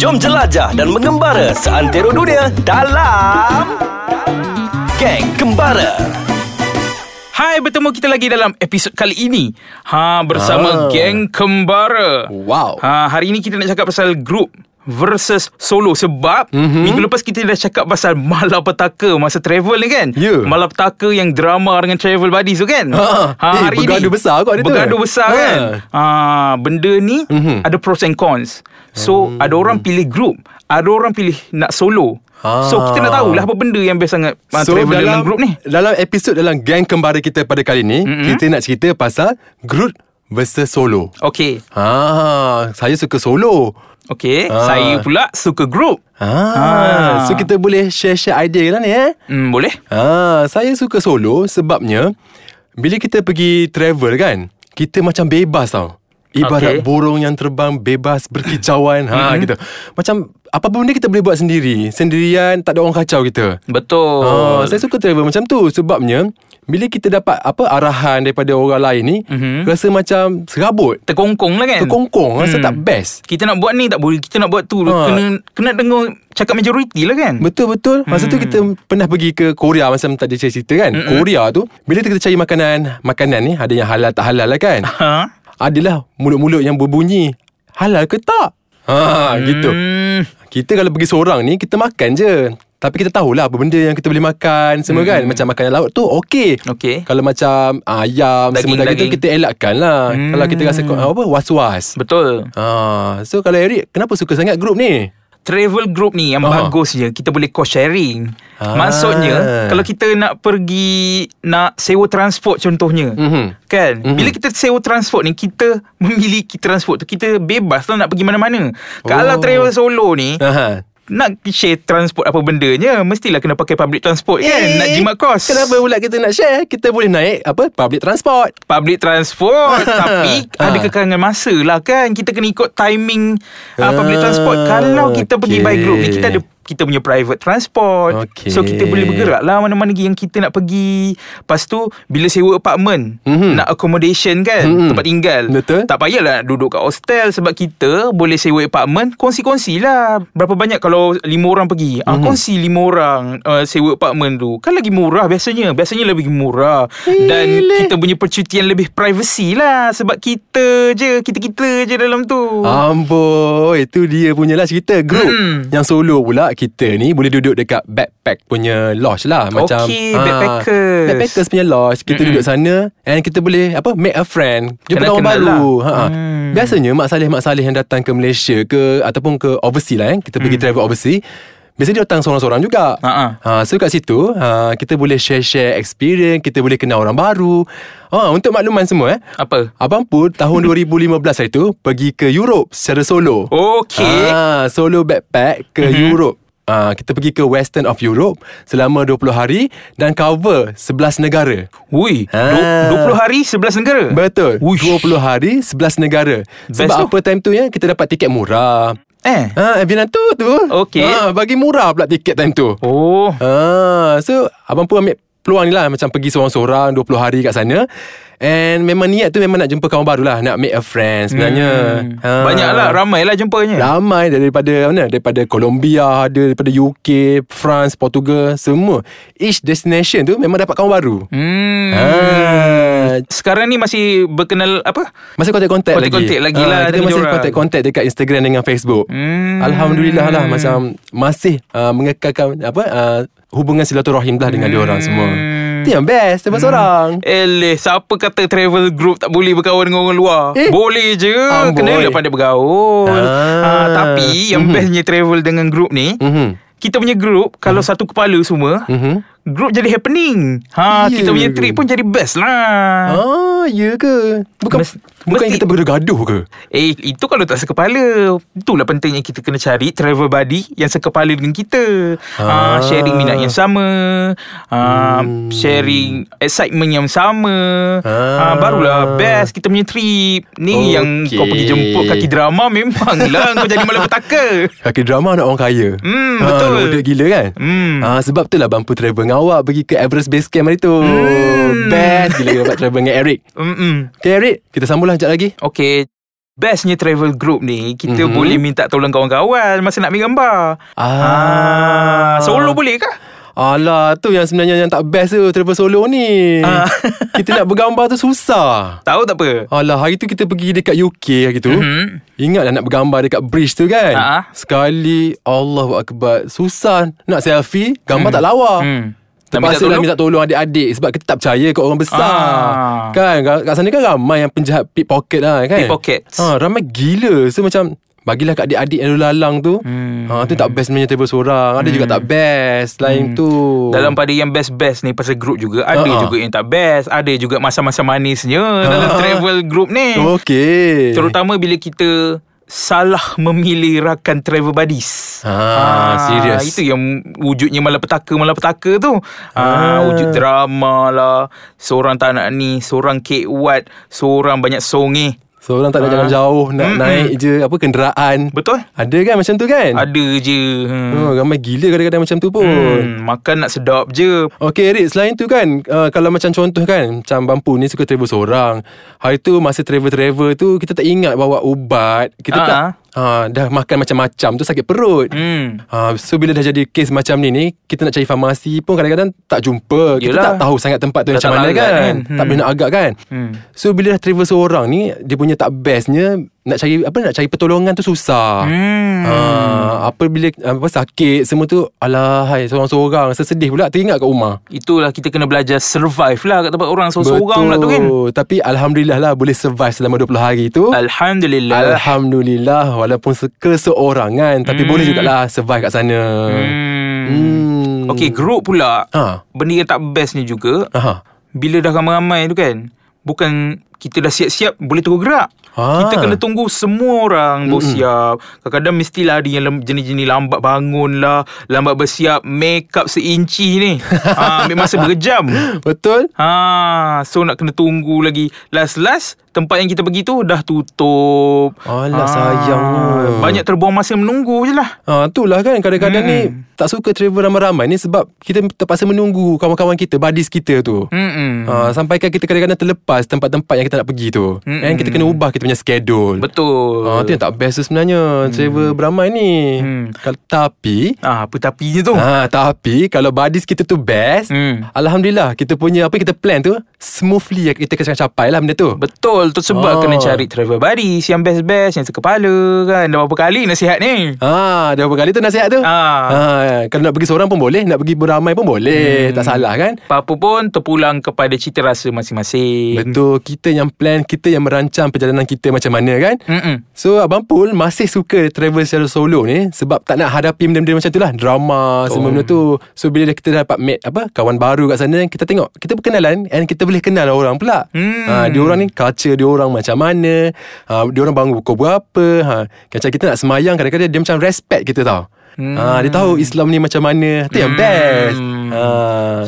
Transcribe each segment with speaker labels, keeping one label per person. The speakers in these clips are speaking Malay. Speaker 1: Jom jelajah dan mengembara seantero dunia dalam Geng Kembara.
Speaker 2: Hai, bertemu kita lagi dalam episod kali ini. Ha, bersama ah. geng Kembara.
Speaker 3: Wow.
Speaker 2: Ha, hari ini kita nak cakap pasal group versus solo sebab mm-hmm.
Speaker 3: Mhm.
Speaker 2: minggu lepas kita dah cakap pasal malapetaka masa travel ni kan.
Speaker 3: Ya.
Speaker 2: Malapetaka yang drama dengan travel buddies tu kan.
Speaker 3: Ha. Eh, bergaduh besar kot ada tu.
Speaker 2: Bergaduh besar
Speaker 3: Ha. Mhm.
Speaker 2: kan. Ha, benda ni mm-hmm. ada pros and cons. So, mm.
Speaker 3: Hmm.
Speaker 2: ada orang pilih group, ada orang pilih nak solo.
Speaker 3: Ah.
Speaker 2: So kita nak tahulah apa benda yang best sangat so,
Speaker 3: So
Speaker 2: travel dalam,
Speaker 3: dalam
Speaker 2: dengan group ni.
Speaker 3: Dalam episod dalam geng kembara kita pada kali ni, mm-hmm. kita nak cerita pasal group versus solo.
Speaker 2: Okay.
Speaker 3: Ha, saya suka solo.
Speaker 2: Okay,
Speaker 3: Ah.
Speaker 2: saya pula suka group.
Speaker 3: Ha,
Speaker 2: Ah.
Speaker 3: so kita boleh share-share idea lah ni eh.
Speaker 2: Hmm, boleh?
Speaker 3: Ha, saya suka solo sebabnya bila kita pergi travel kan, kita macam bebas tau.
Speaker 2: Okay.
Speaker 3: Ibarat burung yang terbang bebas berkicauan ha gitu. Macam apa benda kita boleh buat sendiri, sendirian tak ada orang kacau kita.
Speaker 2: Betul.
Speaker 3: Oh, saya suka travel macam tu sebabnya bila kita dapat apa arahan daripada orang lain ni, mm-hmm. rasa macam serabut,
Speaker 2: Terkongkong lah kan?
Speaker 3: terkongkong, rasa tak best.
Speaker 2: Kita nak buat ni tak boleh, kita nak buat tu.
Speaker 3: Ha.
Speaker 2: Kena kena dengar cakap majoriti lah kan?
Speaker 3: Betul-betul Masa tu kita pernah pergi ke Korea Masa tadi saya cerita kan mm Korea tu Bila kita cari makanan Makanan ni Ada yang halal tak halal lah kan
Speaker 2: Ha?
Speaker 3: Adalah mulut-mulut yang berbunyi Halal ke tak? Ha gitu
Speaker 2: Hmm,
Speaker 3: Kita kalau pergi seorang ni Kita makan je tapi kita tahulah apa benda yang kita boleh makan Semua kan Macam makanan laut tu okey
Speaker 2: Hmm. Okey.
Speaker 3: Kalau macam ah, ayam
Speaker 2: Daging,
Speaker 3: Semua daging,
Speaker 2: daging. Hmm.
Speaker 3: tu kita elakkan lah Kalau kita rasa apa was-was
Speaker 2: betul.
Speaker 3: ha, So kalau Eric Kenapa suka sangat grup ni?
Speaker 2: Travel group ni yang
Speaker 3: Ha.
Speaker 2: bagus je. Kita boleh cost sharing.
Speaker 3: Ah.
Speaker 2: Maksudnya, kalau kita nak pergi, nak sewa transport contohnya.
Speaker 3: Mhm.
Speaker 2: Kan? Bila kita sewa transport ni, kita memiliki transport tu. Kita bebas lah nak pergi mana-mana.
Speaker 3: Oh.
Speaker 2: Kalau travel solo ni,
Speaker 3: Aha.
Speaker 2: nak share transport apa bendanya mestilah kena pakai public transport kan
Speaker 3: Eh,
Speaker 2: nak jimat kos
Speaker 3: Kenapa pula kita nak share? Kita boleh naik apa public transport.
Speaker 2: public transport tapi
Speaker 3: Ha.
Speaker 2: ada kekangan masa lah kan kita kena ikut timing uh, public
Speaker 3: Ah,
Speaker 2: transport kalau kita pergi by
Speaker 3: okey.
Speaker 2: group ni kita ada kita punya private transport
Speaker 3: Okey.
Speaker 2: So kita boleh bergerak lah Mana-mana yang kita nak pergi Lepas tu Bila sewa apartment
Speaker 3: Mhm.
Speaker 2: Nak accommodation kan
Speaker 3: Mhm.
Speaker 2: Tempat tinggal
Speaker 3: Betul.
Speaker 2: Tak payahlah nak duduk kat hostel Sebab kita Boleh sewa apartment Kongsi-kongsi lah Berapa banyak kalau Lima orang pergi
Speaker 3: Mhm.
Speaker 2: ah, Kongsi lima orang uh, Sewa apartment tu Kan lagi murah biasanya Biasanya lebih murah Dan kita punya percutian Lebih privacy lah Sebab kita je Kita-kita je dalam tu
Speaker 3: Ah. Amboi, itu dia punya lah cerita group.
Speaker 2: Mm-mm.
Speaker 3: Yang solo pula kita ni boleh duduk dekat backpack punya lodge lah macam
Speaker 2: Okey,
Speaker 3: ah,
Speaker 2: backpackers. Hmm.
Speaker 3: Backpackers punya lodge. Kita Mm-mm. duduk sana and kita boleh apa make a friend. Jumpa
Speaker 2: Kenal-kenal
Speaker 3: orang baru.
Speaker 2: lah.
Speaker 3: Ha. Hmm. Biasanya mak saleh-mak saleh yang datang ke Malaysia ke ataupun ke overseas lah eh. Kita pergi travel overseas. Biasanya dia datang seorang-seorang
Speaker 2: Hmm.
Speaker 3: juga.
Speaker 2: Ha, ha.
Speaker 3: Ha, so kat situ ha, Kita boleh share-share experience Kita boleh kenal orang baru ha, Untuk makluman semua eh
Speaker 2: Apa?
Speaker 3: Abang pun tahun 2015 hari tu Pergi ke Europe secara solo
Speaker 2: Okay
Speaker 3: ha, Solo backpack ke
Speaker 2: Mhm.
Speaker 3: mm-hmm. Europe ha, Kita pergi ke Western of Europe Selama 20 hari Dan cover 11 negara
Speaker 2: Ui
Speaker 3: Ah.
Speaker 2: du- 20 hari 11 negara
Speaker 3: Betul
Speaker 2: Uish.
Speaker 3: 20 hari 11 negara Sebab
Speaker 2: tu.
Speaker 3: apa time tu ya Kita dapat tiket murah
Speaker 2: Eh
Speaker 3: Ha, Avilan tu tu
Speaker 2: Okey.
Speaker 3: ha, Bagi murah pula tiket time tu
Speaker 2: Oh
Speaker 3: Ah, so abang pun ambil peluang ni lah macam pergi seorang-seorang 20 hari kat sana. And memang niat tu memang nak jumpa kawan baru lah, nak make a friend sebenarnya. Hmm.
Speaker 2: Banyaklah lah Ramailah jumpanya
Speaker 3: Ramai daripada mana? Daripada Colombia, ada daripada UK, France, Portugal, semua. Each destination tu memang dapat kawan baru.
Speaker 2: Hmm.
Speaker 3: Ah,
Speaker 2: Sekarang ni masih berkenal apa?
Speaker 3: masih kontak-kontak lagi.
Speaker 2: Kontak-kontak lagi lah
Speaker 3: Ah, kita
Speaker 2: dengan
Speaker 3: masih
Speaker 2: diorang.
Speaker 3: kontak-kontak dekat Instagram dengan Facebook.
Speaker 2: Hmm.
Speaker 3: Alhamdulillah lah macam masih uh, mengekalkan apa uh, hubungan silaturahim lah dengan diorang
Speaker 2: Hmm.
Speaker 3: semua. Itu yang best sebab hmm. seorang.
Speaker 2: Eh. Eleh, siapa kata travel group tak boleh berkawan dengan orang luar?
Speaker 3: Eh.
Speaker 2: Boleh je.
Speaker 3: Amboi.
Speaker 2: Kenalah pandai bergaul.
Speaker 3: Ah.
Speaker 2: Ah. tapi yang bestnya travel dengan group ni,
Speaker 3: Mhm.
Speaker 2: kita punya group kalau
Speaker 3: Hmm.
Speaker 2: satu kepala semua,
Speaker 3: Mhm.
Speaker 2: group jadi happening. Ha,
Speaker 3: Ya
Speaker 2: kita punya
Speaker 3: ke?
Speaker 2: trip pun jadi best lah.
Speaker 3: Ah, ya ke? Bukan
Speaker 2: Mes-
Speaker 3: bukan
Speaker 2: mesti-
Speaker 3: kita bergaduh ke?
Speaker 2: Eh, itu kalau tak sekepala. Itulah pentingnya kita kena cari travel buddy yang sekepala dengan kita. Ah.
Speaker 3: Ah. Hmm.
Speaker 2: sharing minat yang sama. Ah, Sharing excitement yang sama. Ah.
Speaker 3: Ah.
Speaker 2: barulah best kita punya trip. Ni
Speaker 3: Okey.
Speaker 2: yang kau pergi jemput kaki drama memanglah kau jadi malapetaka.
Speaker 3: Kaki drama nak orang kaya.
Speaker 2: Hmm,
Speaker 3: Ah,
Speaker 2: betul.
Speaker 3: loaded gila kan?
Speaker 2: Hmm.
Speaker 3: Ah, sebab tu lah bampu travel dengan awak pergi ke Everest Base Camp hari tu.
Speaker 2: Hmm.
Speaker 3: Best gila dapat travel dengan Eric.
Speaker 2: Mm-mm.
Speaker 3: Okay Eric, kita sambunglah lah sekejap lagi.
Speaker 2: Okay, Bestnya travel group ni
Speaker 3: Mhm.
Speaker 2: Kita mm-hmm. boleh minta tolong kawan-kawan Masa nak ambil gambar ah. Solo boleh kah?
Speaker 3: Alah tu yang sebenarnya yang tak best tu travel solo ni.
Speaker 2: Ah.
Speaker 3: kita nak bergambar tu susah.
Speaker 2: Tahu tak apa?
Speaker 3: Alah hari tu kita pergi dekat UK hari tu.
Speaker 2: Mhm.
Speaker 3: Mm-hmm. Ingatlah nak bergambar dekat bridge tu kan.
Speaker 2: Ha.
Speaker 3: Sekali Allahu akbar susah nak selfie gambar mm. tak lawa.
Speaker 2: Hmm.
Speaker 3: Mm.
Speaker 2: Nak minta
Speaker 3: Terpaksa lah
Speaker 2: tolong?
Speaker 3: minta tolong adik-adik Sebab kita tak percaya kat orang besar
Speaker 2: Ah.
Speaker 3: Kan kat kat sana kan ramai yang penjahat pickpocket lah kan
Speaker 2: Pickpockets.
Speaker 3: ha, Ramai gila So macam Bagilah kat adik-adik yang lalu lalang tu hmm. ha, Tu tak best sebenarnya travel seorang Ada juga tak best Lain tu
Speaker 2: Hmm. Dalam pada yang best-best ni Pasal group juga Ada
Speaker 3: Ah, ah.
Speaker 2: juga yang tak best Ada juga masa-masa manisnya Dalam
Speaker 3: Ah. Oh,
Speaker 2: travel group ni Eh,
Speaker 3: Okay
Speaker 2: Terutama bila kita Salah memilih rakan travel buddies
Speaker 3: Ah, serious.
Speaker 2: Itu yang wujudnya malapetaka-malapetaka tu ah. Wujud drama lah Seorang tak nak ni Seorang kewat Seorang banyak songeh
Speaker 3: Seorang tak nak jalan jauh Nak
Speaker 2: Ah. Mm-mm.
Speaker 3: naik je Apa kenderaan
Speaker 2: Betul?
Speaker 3: Ada kan macam tu kan
Speaker 2: Ada je hmm.
Speaker 3: oh, Ramai gila kadang-kadang macam tu pun
Speaker 2: Hmm, makan nak sedap je
Speaker 3: Okay Rik Selain tu kan uh, Kalau macam contoh kan Macam Bampu ni suka travel seorang Hari tu masa travel-travel tu Kita tak ingat bawa ubat Kita
Speaker 2: Ah.
Speaker 3: tak uh, Dah makan macam-macam tu sakit perut
Speaker 2: Hmm
Speaker 3: Ha, so bila dah jadi kes macam ni ni Kita nak cari farmasi pun kadang-kadang tak jumpa Kita
Speaker 2: Yelah.
Speaker 3: tak tahu sangat tempat tu
Speaker 2: Dah
Speaker 3: macam
Speaker 2: tak
Speaker 3: mana
Speaker 2: larat
Speaker 3: kan,
Speaker 2: kan.
Speaker 3: Tak
Speaker 2: Hmm.
Speaker 3: boleh nak agak kan
Speaker 2: Hmm.
Speaker 3: So bila dah travel seorang ni Dia punya tak bestnya Nak cari apa nak cari pertolongan tu susah
Speaker 2: Hmm.
Speaker 3: ha, Apa bila apa, sakit semua tu Alahai seorang-seorang Sesedih pula teringat kat rumah
Speaker 2: Itulah kita kena belajar survive lah kat tempat orang seorang-seorang pula tu kan.
Speaker 3: Tapi Alhamdulillah lah Boleh survive selama 20 hari tu
Speaker 2: Alhamdulillah.
Speaker 3: Alhamdulillah Walaupun se- keseorangan Tapi boleh jugalah Survive kat sana
Speaker 2: hmm.
Speaker 3: hmm.
Speaker 2: Okay, group pula.
Speaker 3: Ha.
Speaker 2: Benda yang tak best ni juga,
Speaker 3: Aha.
Speaker 2: bila dah ramai-ramai tu kan, bukan kita dah siap-siap boleh terus gerak.
Speaker 3: Ah.
Speaker 2: Kita kena tunggu semua orang mm bersiap. Kadang-kadang mestilah ada yang lem- jenis-jenis lambat bangun lah, lambat bersiap, make up seinci ni. ha, ambil masa berjam.
Speaker 3: Betul?
Speaker 2: Ha, so nak kena tunggu lagi. Last-last tempat yang kita pergi tu dah tutup. Ha,
Speaker 3: Alah, sayangnya.
Speaker 2: Banyak terbuang masa menunggu je lah.
Speaker 3: Ha, itulah kan kadang-kadang hmm. ni tak suka travel ramai-ramai ni sebab kita terpaksa menunggu kawan-kawan kita, buddies kita tu. Hmm.
Speaker 2: Mm-mm.
Speaker 3: Ha, sampaikan kita kadang-kadang terlepas tempat-tempat yang kita nak pergi tu.
Speaker 2: Hmm,
Speaker 3: Hmm. And kita kena ubah kita punya schedule.
Speaker 2: Betul.
Speaker 3: Ha, tu yang tak best tu sebenarnya hmm. travel beramai ni.
Speaker 2: Hmm.
Speaker 3: Hmm. Tapi
Speaker 2: Ah, apa tapinya tu?
Speaker 3: ha, tapi kalau buddies kita tu best,
Speaker 2: Hmm.
Speaker 3: hmm. alhamdulillah kita punya apa yang kita plan tu smoothly yang kita akan capai lah benda tu.
Speaker 2: Betul. Tu sebab
Speaker 3: Ah.
Speaker 2: kena cari travel buddies yang best-best, yang sekepala kan. Dah berapa kali nasihat ni?
Speaker 3: Ha, dah berapa kali tu nasihat tu?
Speaker 2: Ah.
Speaker 3: Ha, kalau nak pergi seorang pun boleh, nak pergi beramai pun boleh. Hmm. Tak salah kan?
Speaker 2: Apa-apa pun terpulang kepada cita rasa masing-masing.
Speaker 3: Betul, kita yang plan, kita yang merancang perjalanan kita macam mana kan?
Speaker 2: Mm-mm.
Speaker 3: So Abang Pul masih suka travel secara solo ni sebab tak nak hadapi benda-benda macam tu lah drama oh. semua benda tu. So bila dah kita dapat mate apa kawan baru kat sana kita tengok kita berkenalan and kita boleh kenal orang pula.
Speaker 2: Hmm.
Speaker 3: Ha dia orang ni culture dia orang macam mana? Ha dia orang bangun pukul berapa? Ha macam kita nak semayang kadang-kadang dia macam respect kita tau. Hmm. Ha dia tahu Islam ni macam mana.
Speaker 2: Hmm.
Speaker 3: Itu yang best. Ha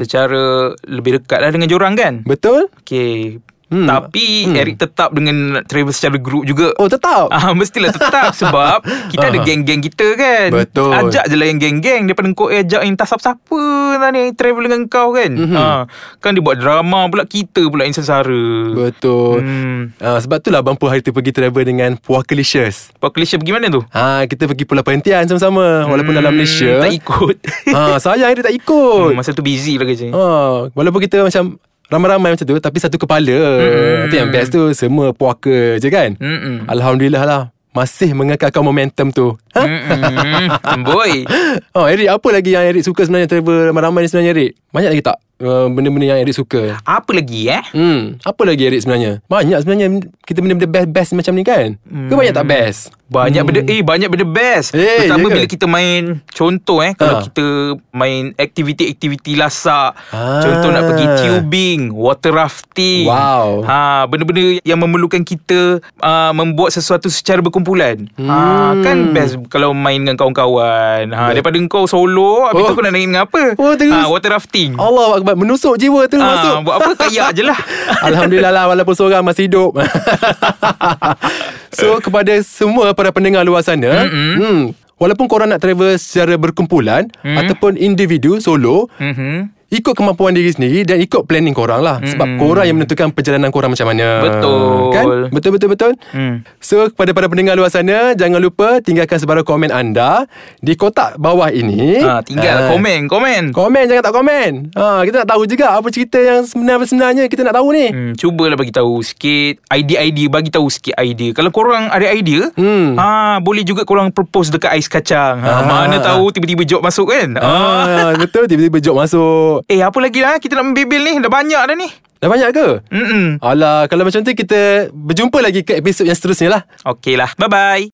Speaker 2: Secara lebih dekat lah dengan jorang kan?
Speaker 3: betul?
Speaker 2: Okay. Hmm.
Speaker 3: Hmm.
Speaker 2: Tapi hmm. Eric tetap dengan nak travel secara group juga.
Speaker 3: Oh tetap.
Speaker 2: Ah, mestilah tetap sebab kita ada
Speaker 3: Ah.
Speaker 2: geng-geng kita kan.
Speaker 3: Betul.
Speaker 2: Ajak je lah yang geng-geng daripada kau eh, ajak yang tak siapa-siapa lah ni travel dengan kau kan.
Speaker 3: Mhm.
Speaker 2: Mm-hmm. Ah, kan dia buat drama pula kita pula yang sengsara.
Speaker 3: Betul.
Speaker 2: Hmm.
Speaker 3: Uh, sebab itulah Abang Puh hari tu pergi travel dengan Puakalicious.
Speaker 2: Pak Malaysia pergi mana tu?
Speaker 3: Ha, kita pergi Pulau Perhentian sama-sama Walaupun dalam Malaysia
Speaker 2: Hmm, Tak ikut.
Speaker 3: ha, Sayang dia tak
Speaker 2: Hmm,
Speaker 3: ikut
Speaker 2: Masa tu busy lah kerja.
Speaker 3: ha, Walaupun kita macam Ramai-ramai macam tu Tapi satu kepala hmm. Itu yang best tu Semua puaka je kan
Speaker 2: Mm-mm.
Speaker 3: Alhamdulillah lah Masih mengekalkan momentum tu ha?
Speaker 2: Hmm. Mm-mm. Boy.
Speaker 3: Oh Eric apa lagi yang Eric suka sebenarnya Travel ramai-ramai ni sebenarnya Eric Banyak lagi tak uh, Benda-benda yang Eric suka
Speaker 2: Apa lagi eh?
Speaker 3: Hmm, apa lagi Eric sebenarnya? Banyak sebenarnya kita benda-benda best-best macam ni kan? Hmm. Ke banyak tak best?
Speaker 2: Banyak hmm. benda Eh banyak benda best
Speaker 3: Eh,
Speaker 2: Terutama
Speaker 3: ya ke?
Speaker 2: bila kita main Contoh eh Kalau
Speaker 3: Ha.
Speaker 2: kita Main aktiviti-aktiviti lasak
Speaker 3: Ah.
Speaker 2: Contoh nak pergi tubing Water rafting
Speaker 3: Wow.
Speaker 2: ha, Benda-benda yang memerlukan kita uh, Membuat sesuatu secara berkumpulan hmm. ha, Kan best Kalau main dengan kawan-kawan ha, Daripada kau solo Habis tu
Speaker 3: Oh.
Speaker 2: kau nak naik dengan apa
Speaker 3: Oh, terus.
Speaker 2: ha, Water rafting
Speaker 3: Allah Akbar Menusuk jiwa tu ha, masuk
Speaker 2: ha, Buat apa kayak je lah
Speaker 3: Alhamdulillah lah Walaupun seorang masih hidup So kepada semua Para pendengar luar sana mm-hmm. hmm,
Speaker 2: Mm.
Speaker 3: Walaupun korang nak travel Secara berkumpulan mm-hmm. Ataupun individu Solo mm-hmm.
Speaker 2: Mhm.
Speaker 3: Ikut kemampuan diri sendiri Dan ikut planning korang lah mm-hmm. Sebab korang yang menentukan Perjalanan korang macam mana
Speaker 2: Betul.
Speaker 3: Kan Betul-betul-betul
Speaker 2: Hmm.
Speaker 3: So kepada para pendengar luar sana Jangan lupa tinggalkan sebarang komen anda Di kotak bawah ini
Speaker 2: Ha, tinggal
Speaker 3: Ah.
Speaker 2: komen, komen.
Speaker 3: Komen jangan tak komen ha, Kita nak tahu juga Apa cerita yang sebenar-benarnya Kita nak tahu ni
Speaker 2: Hmm, cubalah bagi tahu sikit idea-idea bagi tahu sikit idea. Kalau korang ada idea,
Speaker 3: Hmm.
Speaker 2: ah boleh juga korang propose dekat ais kacang. Ah.
Speaker 3: Ah.
Speaker 2: mana tahu tiba-tiba job masuk kan? Ah.
Speaker 3: Ah, betul tiba-tiba job masuk.
Speaker 2: Eh apa lagi lah kita nak membebel ni dah banyak dah ni.
Speaker 3: Dah banyak ke?
Speaker 2: Hmm.
Speaker 3: Alah, kalau macam tu kita berjumpa lagi ke episod yang seterusnya lah.
Speaker 2: Okeylah. Bye bye.